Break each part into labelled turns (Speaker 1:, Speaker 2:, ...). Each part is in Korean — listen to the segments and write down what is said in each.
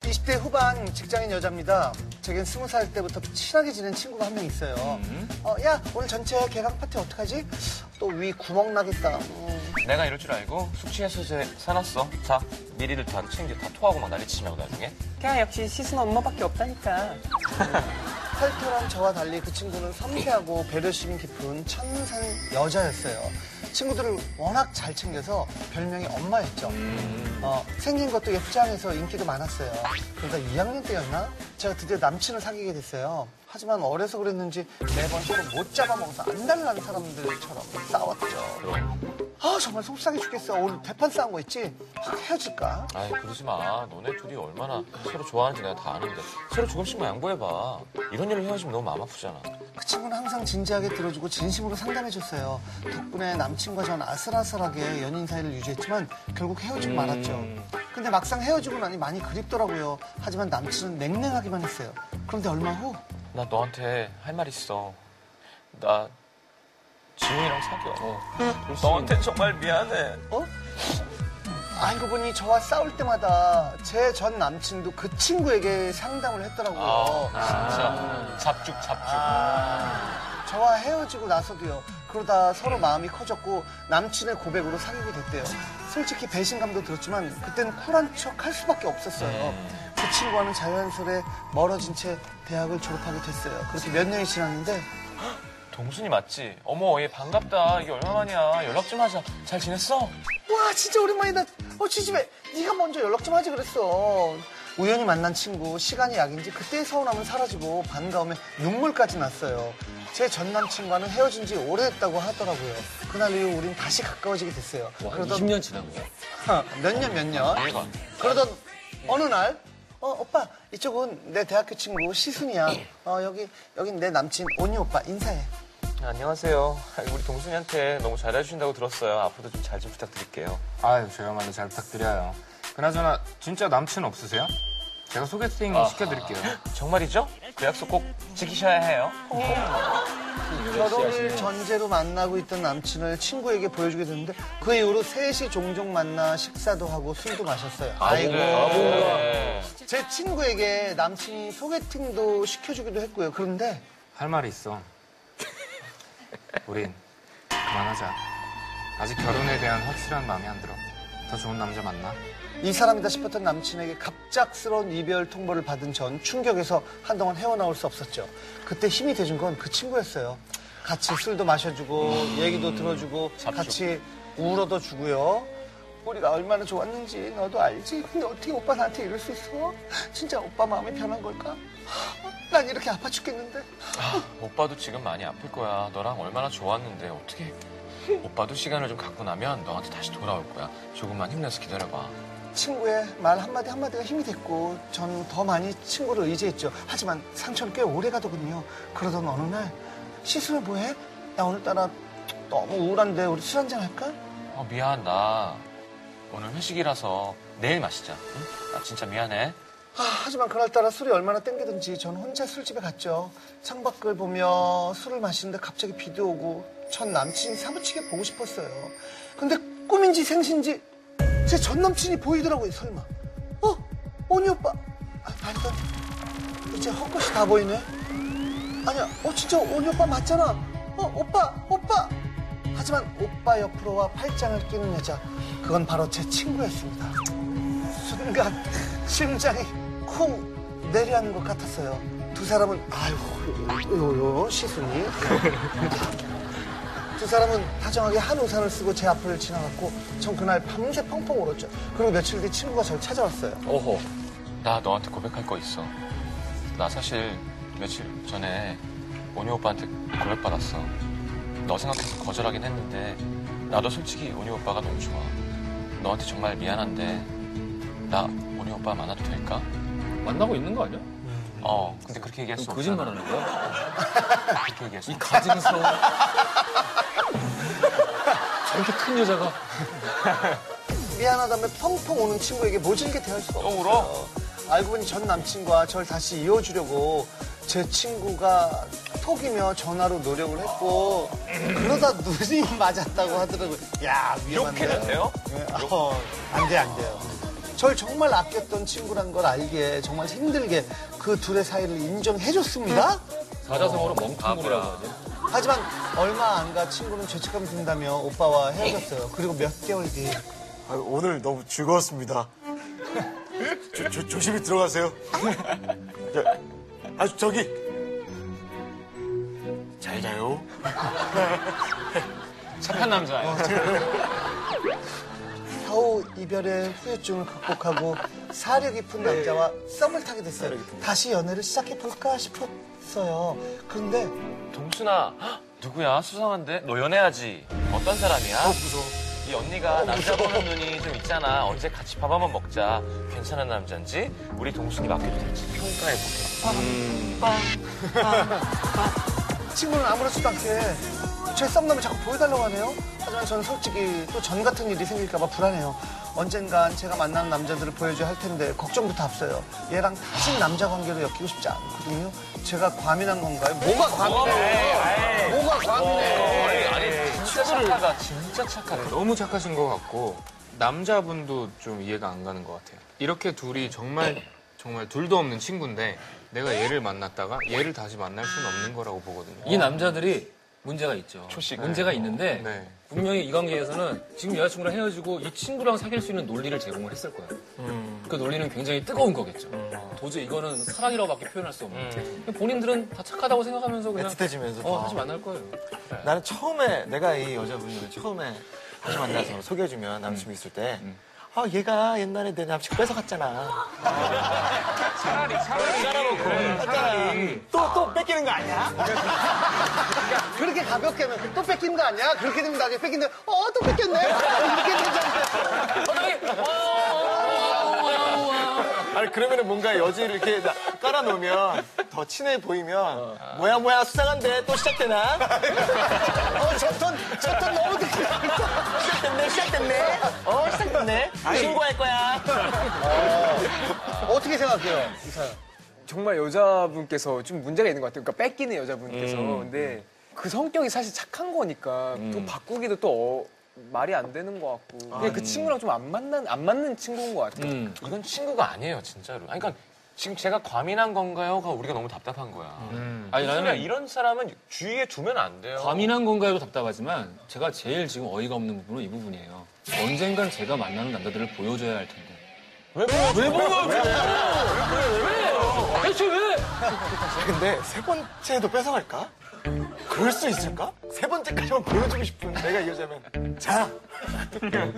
Speaker 1: 20대 후반 직장인 여자입니다. 제겐 20살 때부터 친하게 지낸 친구가 한 명 있어요. 어, 야, 오늘 전체 개강 파티 어떡하지? 또 위 구멍 나겠다. 음,
Speaker 2: 내가 이럴 줄 알고 숙취 해소제 사놨어. 자, 미리들 다 챙겨 다 토하고 막 난리치냐고 나중에.
Speaker 3: 그냥 역시 시순 엄마밖에 없다니까.
Speaker 1: 털털한 저와 달리 그 친구는 섬세하고 배려심 깊은 천상 여자였어요. 친구들을 워낙 잘 챙겨서 별명이 엄마였죠. 어, 생긴 것도 예쁘장해서 인기도 많았어요. 그러다 2학년 때였나? 제가 드디어 남친을 사귀게 됐어요. 하지만 어려서 그랬는지 매번 서로 못 잡아먹어서 안달난 사람들처럼 싸웠죠.
Speaker 2: 어, 그럼.
Speaker 1: 아 정말 속상해 죽겠어. 오늘 대판 싸운 거 있지? 확 헤어질까?
Speaker 2: 아이 그러지 마. 너네 둘이 얼마나 서로 좋아하는지 내가 다 아는데. 서로 조금씩만 양보해봐. 이런 일을 헤어지면 너무 마음 아프잖아.
Speaker 1: 그 친구는 항상 진지하게 들어주고 진심으로 상담해줬어요. 덕분에 남친과 전 아슬아슬하게 연인 사이를 유지했지만 결국 헤어지고 말았죠. 근데 막상 헤어지고 나니 많이 그립더라고요. 하지만 남친은 냉랭하기만 했어요. 그런데 얼마 후
Speaker 2: 나 너한테 할 말 있어. 나 지훈이랑 사귀어. 너한테 정말 미안해.
Speaker 1: 어? 알고 보니 저와 싸울 때마다 제 전 남친도 그 친구에게 상담을 했더라고요.
Speaker 2: 아, 진짜 잡죽 잡죽.
Speaker 1: 저와 헤어지고 나서도요. 그러다 서로 마음이 커졌고 남친의 고백으로 사귀게 됐대요. 솔직히 배신감도 들었지만 그땐 쿨한 척 할 수밖에 없었어요. 그 친구와는 자연스레 멀어진 채 대학을 졸업하게 됐어요. 그렇게 몇 년이 지났는데
Speaker 2: 동순이 맞지? 어머 얘 반갑다. 이게 얼마만이야. 연락 좀 하자. 잘 지냈어?
Speaker 1: 와 진짜 오랜만이다. 어 지집에 네가 먼저 연락 좀 하지 그랬어. 우연히 만난 친구 시간이 약인지 그때의 서운함은 사라지고 반가움에 눈물까지 났어요. 제 전 남친과는 헤어진 지 오래됐다고 하더라고요. 그날 이후 우린 다시 가까워지게 됐어요. 그러던
Speaker 4: 20년 지난 거야.
Speaker 1: 몇 년 몇 년.
Speaker 2: 얘가
Speaker 1: 그러던 어느 날, 어, 오빠, 이쪽은 내 대학교 친구 시순이야. 어, 여기, 여긴 내 남친 온유 오빠 인사해.
Speaker 2: 안녕하세요. 우리 동순이한테 너무 잘해주신다고 들었어요. 앞으로도 좀 잘 좀 부탁드릴게요.
Speaker 5: 아유, 저야말로 잘 부탁드려요. 그나저나, 진짜 남친 없으세요? 제가 소개팅 시켜드릴게요.
Speaker 2: 정말이죠? 그 약속 꼭 지키셔야 해요.
Speaker 1: 결혼을 전제로 만나고 있던 남친을 친구에게 보여주게 됐는데 그 이후로 셋이 종종 만나 식사도 하고 술도 마셨어요. 아이고.
Speaker 2: 네.
Speaker 1: 제 친구에게 남친이 소개팅도 시켜주기도 했고요. 그런데
Speaker 5: 할 말이 있어. 우린 그만하자. 아직 결혼에 대한 확실한 마음이 안 들어. 더 좋은 남자 만나.
Speaker 1: 이 사람이다 싶었던 남친에게 갑작스러운 이별 통보를 받은 전 충격에서 한동안 헤어나올 수 없었죠. 그때 힘이 돼준 건 그 친구였어요. 같이 술도 마셔주고 얘기도 들어주고 같이 울어도 주고요. 우리가 얼마나 좋았는지 너도 알지? 근데 어떻게 오빠 나한테 이럴 수 있어? 진짜 오빠 마음이 변한 걸까? 난 이렇게 아파 죽겠는데.
Speaker 2: 오빠도 지금 많이 아플 거야. 너랑 얼마나 좋았는데 어떻게? 오빠도 시간을 좀 갖고 나면 너한테 다시 돌아올 거야. 조금만 힘내서 기다려봐.
Speaker 1: 친구의 말 한마디 한마디가 힘이 됐고 전 더 많이 친구를 의지했죠. 하지만 상처는 꽤 오래 가더군요. 그러던 어느 날 시술을 뭐해? 나 오늘따라 너무 우울한데 우리 술 한잔 할까?
Speaker 2: 어, 미안 나 오늘 회식이라서 내일 마시자. 응? 나 진짜 미안해.
Speaker 1: 아, 하지만 그날따라 술이 얼마나 땡기든지 전 혼자 술집에 갔죠. 창밖을 보며 술을 마시는데 갑자기 비도 오고 전 남친 사무치게 보고 싶었어요. 근데 꿈인지 생신지 제 전 남친이 보이더라고요, 설마. 어? 언니 오빠. 아, 아니다. 이제 헛것이 다 보이네. 아니야, 어, 진짜 언니 오빠 맞잖아. 어, 오빠, 오빠. 하지만 오빠 옆으로와 팔짱을 끼는 여자. 그건 바로 제 친구였습니다. 순간 심장이 쿵 내려앉는 것 같았어요. 두 사람은 아유 요요 시순이 두 사람은 다정하게 한 우산을 쓰고 제 앞을 지나갔고 전 그날 밤새 펑펑 울었죠. 그리고 며칠 뒤 친구가 저를 찾아왔어요.
Speaker 2: 오호. 나 너한테 고백할 거 있어. 나 사실 며칠 전에 온유 오빠한테 고백받았어. 너 생각해서 거절하긴 했는데 나도 솔직히 온유 오빠가 너무 좋아. 너한테 정말 미안한데 나 온유 오빠 만나도 될까?
Speaker 4: 만나고 있는 거 아니야?
Speaker 2: 어. 근데 그렇게 얘기할 수 없잖아.
Speaker 4: 거짓말 하는 거야?
Speaker 2: 그렇게 얘기할 수
Speaker 4: 이
Speaker 2: 없.
Speaker 4: 가증스러운. 저렇게 큰 여자가.
Speaker 1: 미안하다며 펑펑 우는 친구에게 모질게 대할 수가 없어요.
Speaker 2: 울어?
Speaker 1: 알고 보니 전 남친과 저를 다시 이어주려고 제 친구가 톡이며 전화로 노력을 했고 그러다 눈이 맞았다고 하더라고요. 야 위험한데. 예, 어,
Speaker 2: 욕해도 돼요?
Speaker 1: 안 돼 안 돼요. 절 정말 아꼈던 친구란 걸 알게 정말 힘들게 그 둘의 사이를 인정해줬습니다.
Speaker 4: 사자성어로 멍텅구리라고 하지.
Speaker 1: 하지만 얼마 안 가 친구는 죄책감이 든다며 오빠와 헤어졌어요. 그리고 몇 개월 뒤
Speaker 6: 아, 오늘 너무 즐거웠습니다. 조, 조, 조심히 들어가세요. 저, 아, 저기. 잘 자요.
Speaker 2: 착한 남자예요.
Speaker 1: 겨우 이별의 후유증을 극복하고 사려 깊은 남자와 썸을 타게 됐어요. 다시 연애를 시작해볼까 싶었어요. 그런데
Speaker 2: 동순아, 헉, 누구야? 수상한데? 너 연애하지? 어떤 사람이야? 이
Speaker 4: 어,
Speaker 2: 언니가 남자 보는 눈이 좀 있잖아. 언제 같이 밥 한번 먹자. 괜찮은 남자인지 우리 동순이 맡겨도 될지 평가해볼게.
Speaker 1: 친구는 아무렇지도 않게 제 썸남을 자꾸 보여달라고 하네요. 하지만 저는 솔직히 또 전 같은 일이 생길까봐 불안해요. 언젠간 제가 만나는 남자들을 보여줘야 할 텐데 걱정부터 앞서요. 얘랑 다신 남자 관계로 엮이고 싶지 않거든요. 제가 과민한 건가요? 뭐가 과민해? 뭐가 과민해?
Speaker 2: 어,
Speaker 7: 네.
Speaker 2: 아니, 진짜 착하다. 진짜 착하다.
Speaker 5: 너무 착하신 것 같고 남자분도 좀 이해가 안 가는 것 같아요. 이렇게 둘이 정말 정말 둘도 없는 친구인데 내가 얘를 만났다가 얘를 다시 만날 수는 없는 거라고 보거든요.
Speaker 4: 이 남자들이 문제가 있죠.
Speaker 2: 초식.
Speaker 4: 문제가 있는데
Speaker 5: 네.
Speaker 4: 분명히 이 관계에서는 지금 여자친구랑 헤어지고 이 친구랑 사귈 수 있는 논리를 제공을 했을 거예요. 그 논리는 굉장히 뜨거운 거겠죠. 도저히 이거는 사랑이라고밖에 표현할 수 없는. 본인들은 다 착하다고 생각하면서 그냥
Speaker 6: 애틋해지면서
Speaker 4: 어,
Speaker 6: 더.
Speaker 4: 다시 만날 거예요.
Speaker 6: 나는 처음에 내가 이 여자분을 처음에 다시 만나서 소개해주면 남친이 있을 때. 아, 얘가 옛날에 내 남친 뺏어갔잖아. 차라리, 차라리. 그러니까 또, 또 뺏기는 거 아니야?
Speaker 1: 그러니까 그렇게 가볍게 하면 또 뺏기는 거 아니야? 그렇게 되면 나중에 뺏긴데 어 또 뺏겼네? 이렇게 되잖아.
Speaker 6: 어. 아니 그러면은 뭔가 여지를 이렇게 나- 깔아놓으면 더 친해 보이면 뭐야 뭐야 수상한데 또 시작되나?
Speaker 1: 저돈 너무 듣기
Speaker 6: 시작됐네 시작됐네 어 시작됐네 신고할 거야
Speaker 1: 어떻게 생각해요?
Speaker 7: 정말 여자분께서 좀 문제가 있는 것 같아요. 그러니까 뺏기는 여자분께서.
Speaker 2: 음.
Speaker 7: 근데 그 성격이 사실 착한 거니까 또 바꾸기도 또 어- 말이 안 되는 것 같고.
Speaker 2: 아,
Speaker 7: 그냥 그 친구랑 좀 안 맞는 안 맞는 친구인 것 같아요.
Speaker 4: 음.
Speaker 2: 이건 음. 친구가 아니에요, 진짜로. 아니, 그러니까 지금 제가 과민한 건가요?가 우리가 너무 답답한 거야.
Speaker 4: 아니
Speaker 2: 그러면
Speaker 4: 음. 나는
Speaker 2: 이런 사람은 주위에 두면 안 돼요.
Speaker 4: 과민한 건가요? 답답하지만 제가 제일 지금 어이가 없는 부분은 이 부분이에요. 언젠간 제가 만나는 남자들을 보여줘야 할 텐데.
Speaker 6: 근데 세 번째도 뺏어갈까? 그럴 수 있을까? 세 번째까지만 보여주고 싶은 내가 이 여자면 자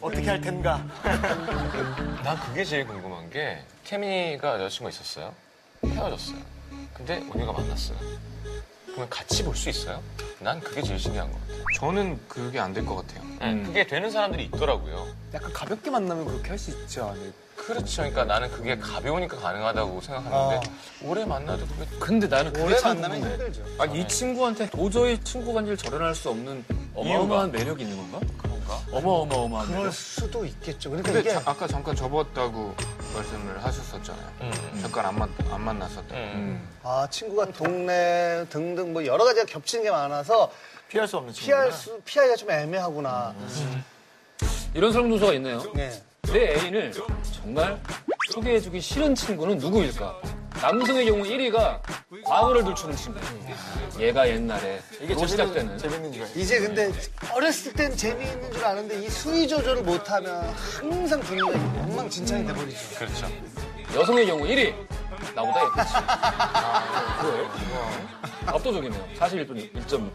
Speaker 6: 어떻게 할 텐가
Speaker 2: 난 그게 제일 궁금한 게 태민이가 여자친구가 있었어요. 헤어졌어요. 근데 온유가 만났어요. 그러면 같이 볼 수 있어요? 난 그게 제일 신기한 것 같아요.
Speaker 5: 저는 그게 안 될 것 같아요.
Speaker 2: 그게 되는 사람들이 있더라고요.
Speaker 7: 음. 약간 가볍게 만나면 그렇게 할 수 있지 않을까?
Speaker 2: 그렇죠. 그러니까 나는 그게 가벼우니까 가능하다고 생각하는데
Speaker 7: 아.
Speaker 2: 오래 만나도 그게
Speaker 4: 근데 나는 그게
Speaker 1: 오래
Speaker 4: 참
Speaker 1: 만나면
Speaker 4: 궁금해.
Speaker 1: 힘들죠.
Speaker 4: 아니 이 친구한테 도저히 친구 관계를 절연할 수 없는 어마어마한 매력이 있는 건가?
Speaker 2: 그런가?
Speaker 4: 어마어마어마한
Speaker 1: 그럴
Speaker 4: 매력.
Speaker 1: 수도 있겠죠. 그러니까
Speaker 5: 근데
Speaker 1: 이게
Speaker 5: 자- 아까 잠깐 접었다고 말씀을 하셨었잖아요.
Speaker 2: 음.
Speaker 5: 잠깐 안, 만, 안 만났었다고.
Speaker 2: 음.
Speaker 1: 아 친구가 동네 등등 뭐 여러 가지가 겹치는 게 많아서
Speaker 6: 피할 수 없는
Speaker 1: 피할
Speaker 6: 친구구나
Speaker 1: 수 피하기가 좀 애매하구나.
Speaker 4: 이런 설문조사가 있네요.
Speaker 1: 네.
Speaker 4: 내 애인을 정말 소개해주기 싫은 친구는 누구일까? 남성의 경우 1위가 과거를 들추는 친구. 얘가 옛날에 이게 시작되는.
Speaker 6: 재밌는 거야
Speaker 1: 이제 근데 어렸을 땐 재미있는 줄 아는데 이 순위 조절을 못하면 항상 분위기가 엉망진창이 돼버리죠.
Speaker 2: 그렇죠.
Speaker 4: 여성의 경우 1위 나보다 예쁘지. 아, 그래?
Speaker 2: 어.
Speaker 4: 압도적이네요. 41.1.6%.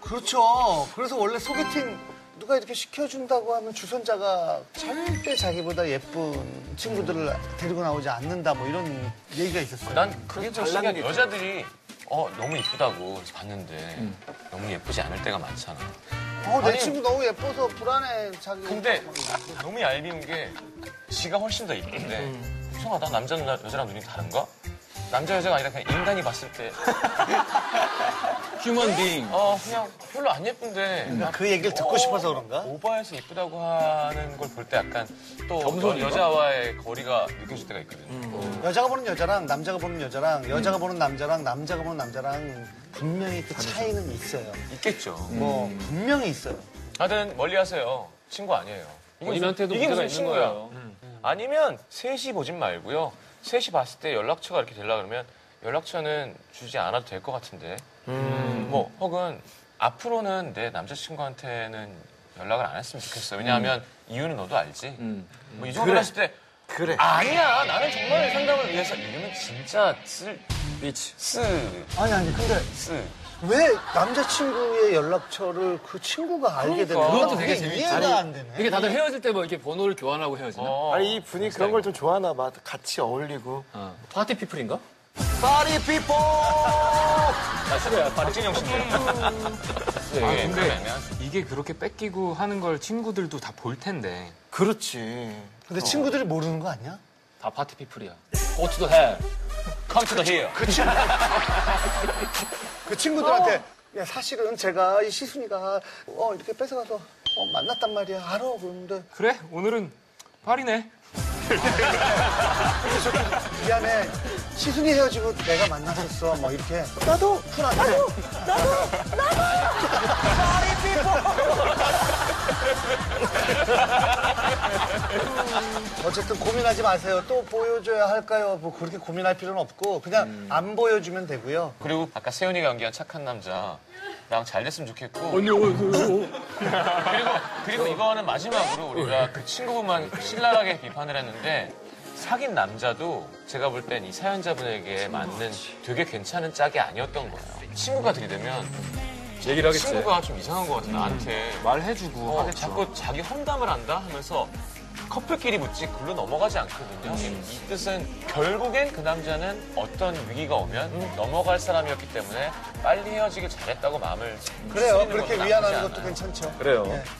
Speaker 1: 그렇죠. 그래서 원래 소개팅 누가 이렇게 시켜준다고 하면 주선자가 절대 자기보다 예쁜 친구들을 데리고 나오지 않는다 뭐 이런 얘기가 있었어요.
Speaker 2: 난 그게 좀 신기한 게 여자들이 어 너무 예쁘다고 그래서 봤는데
Speaker 7: 음.
Speaker 2: 너무 예쁘지 않을 때가 많잖아.
Speaker 1: 어, 내
Speaker 2: 아니-
Speaker 1: 친구 너무 예뻐서 불안해 자기.
Speaker 2: 근데 너무 얄미운 게 지가 훨씬 더 이쁜데 이상하다 남자 누나 여자랑 눈이 다른가? 남자 여자가 아니라 그냥 인간이 봤을 때 어
Speaker 4: 휴먼 비잉.
Speaker 2: 아, 그냥 별로 안 예쁜데
Speaker 1: 그 얘기를 듣고 싶어서 그런가?
Speaker 2: 오바해서 예쁘다고 하는 걸 볼 때 약간 또
Speaker 4: 겸손인가?
Speaker 2: 여자와의 거리가 느껴질 때가 있거든요.
Speaker 1: 여자가 보는 여자랑 남자가 보는 여자랑 여자가 보는 남자랑 남자가 보는 남자랑 분명히 그
Speaker 4: 음.
Speaker 1: 차이는 있어요.
Speaker 2: 있겠죠.
Speaker 1: 뭐 분명히 있어요.
Speaker 2: 하여튼 멀리 하세요. 친구 아니에요.
Speaker 4: 본인한테도
Speaker 2: 이게 무슨
Speaker 4: 문제가 있는
Speaker 2: 친구야. 음.
Speaker 4: 거예요.
Speaker 2: 아니면 셋이 보진 말고요. 셋이 봤을 때 연락처가 이렇게 되려 그러면 연락처는 주지 않아도 될 것 같은데. 뭐 혹은 앞으로는 내 남자친구한테는 연락을 안 했으면 좋겠어. 왜냐하면 이유는 너도 알지.
Speaker 4: 음.
Speaker 2: 뭐 이 정도 했을 때 그래. 아니야. 나는 정말 상담을 위해서 이거는 진짜 쓸
Speaker 4: 미치.
Speaker 2: 쓰.
Speaker 1: 아니 아니 근데
Speaker 2: 쓰.
Speaker 1: 왜 남자친구의 연락처를 그 친구가 알게 되는
Speaker 2: 그러니까.
Speaker 1: 거야?
Speaker 4: 그것도 되게
Speaker 1: 그게
Speaker 4: 재밌지. 아니,
Speaker 1: 이해가 안 되네.
Speaker 4: 이게 다들 헤어질 때 뭐 이렇게 번호를 교환하고 헤어지나?
Speaker 2: 어.
Speaker 6: 아니 이 분이 그런 걸 좀 좋아하나 봐. 같이 어울리고.
Speaker 4: 어. 파티 피플인가?
Speaker 6: 파리 피포.
Speaker 4: 아, 싫어요. 파티
Speaker 2: 박진영 씨. 네.
Speaker 5: 아, 근데 이게 그렇게 뺏기고 하는 걸 친구들도 다 볼 텐데.
Speaker 6: 그렇지.
Speaker 1: 근데 친구들이 모르는 거 아니야?
Speaker 4: 다 파티 피플이야. Go to the hell.
Speaker 2: Come to the hill.
Speaker 1: 그 친구들한테 야, 사실은 제가 이 시순이가 어, 이렇게 뺏어가서 어, 만났단 말이야. 알아. 그러는데
Speaker 5: 그래? 오늘은 파리네.
Speaker 1: 미안해. 시순이 헤어지고 내가 만났었어. 뭐 이렇게. 나도 훈아. 나도. 나도. 나도. 어쨌든 고민하지 마세요. 또 보여줘야 할까요? 뭐 그렇게 고민할 필요는 없고 그냥
Speaker 2: 음.
Speaker 1: 안 보여주면 되고요.
Speaker 2: 그리고 아까 세훈이가 연기한 착한 남자. 나랑 잘 됐으면 좋겠고. 그리고 그리고 이거는 마지막으로 우리가 그 친구분만 신랄하게 비판을 했는데 사귄 남자도 제가 볼 땐 이 사연자분에게 맞는 되게 괜찮은 짝이 아니었던 거예요. 친구가 들이대면
Speaker 4: 얘기를 하겠지.
Speaker 2: 친구가 좀 이상한 것 같아 나한테.
Speaker 5: 말해주고.
Speaker 2: 어,
Speaker 5: 하겠죠.
Speaker 2: 자꾸 자기 험담을 한다 하면서 커플끼리 묻지 글로 넘어가지 않거든요. 이 뜻은 결국엔 그 남자는 어떤 위기가 오면 넘어갈 사람이었기 때문에 빨리 헤어지길 잘했다고 마음을
Speaker 1: 그래요.
Speaker 2: 추스리는
Speaker 1: 그렇게
Speaker 2: 건 나쁘지
Speaker 1: 위안하는 것도
Speaker 2: 않아요.
Speaker 1: 괜찮죠.
Speaker 4: 그래요.
Speaker 1: 예.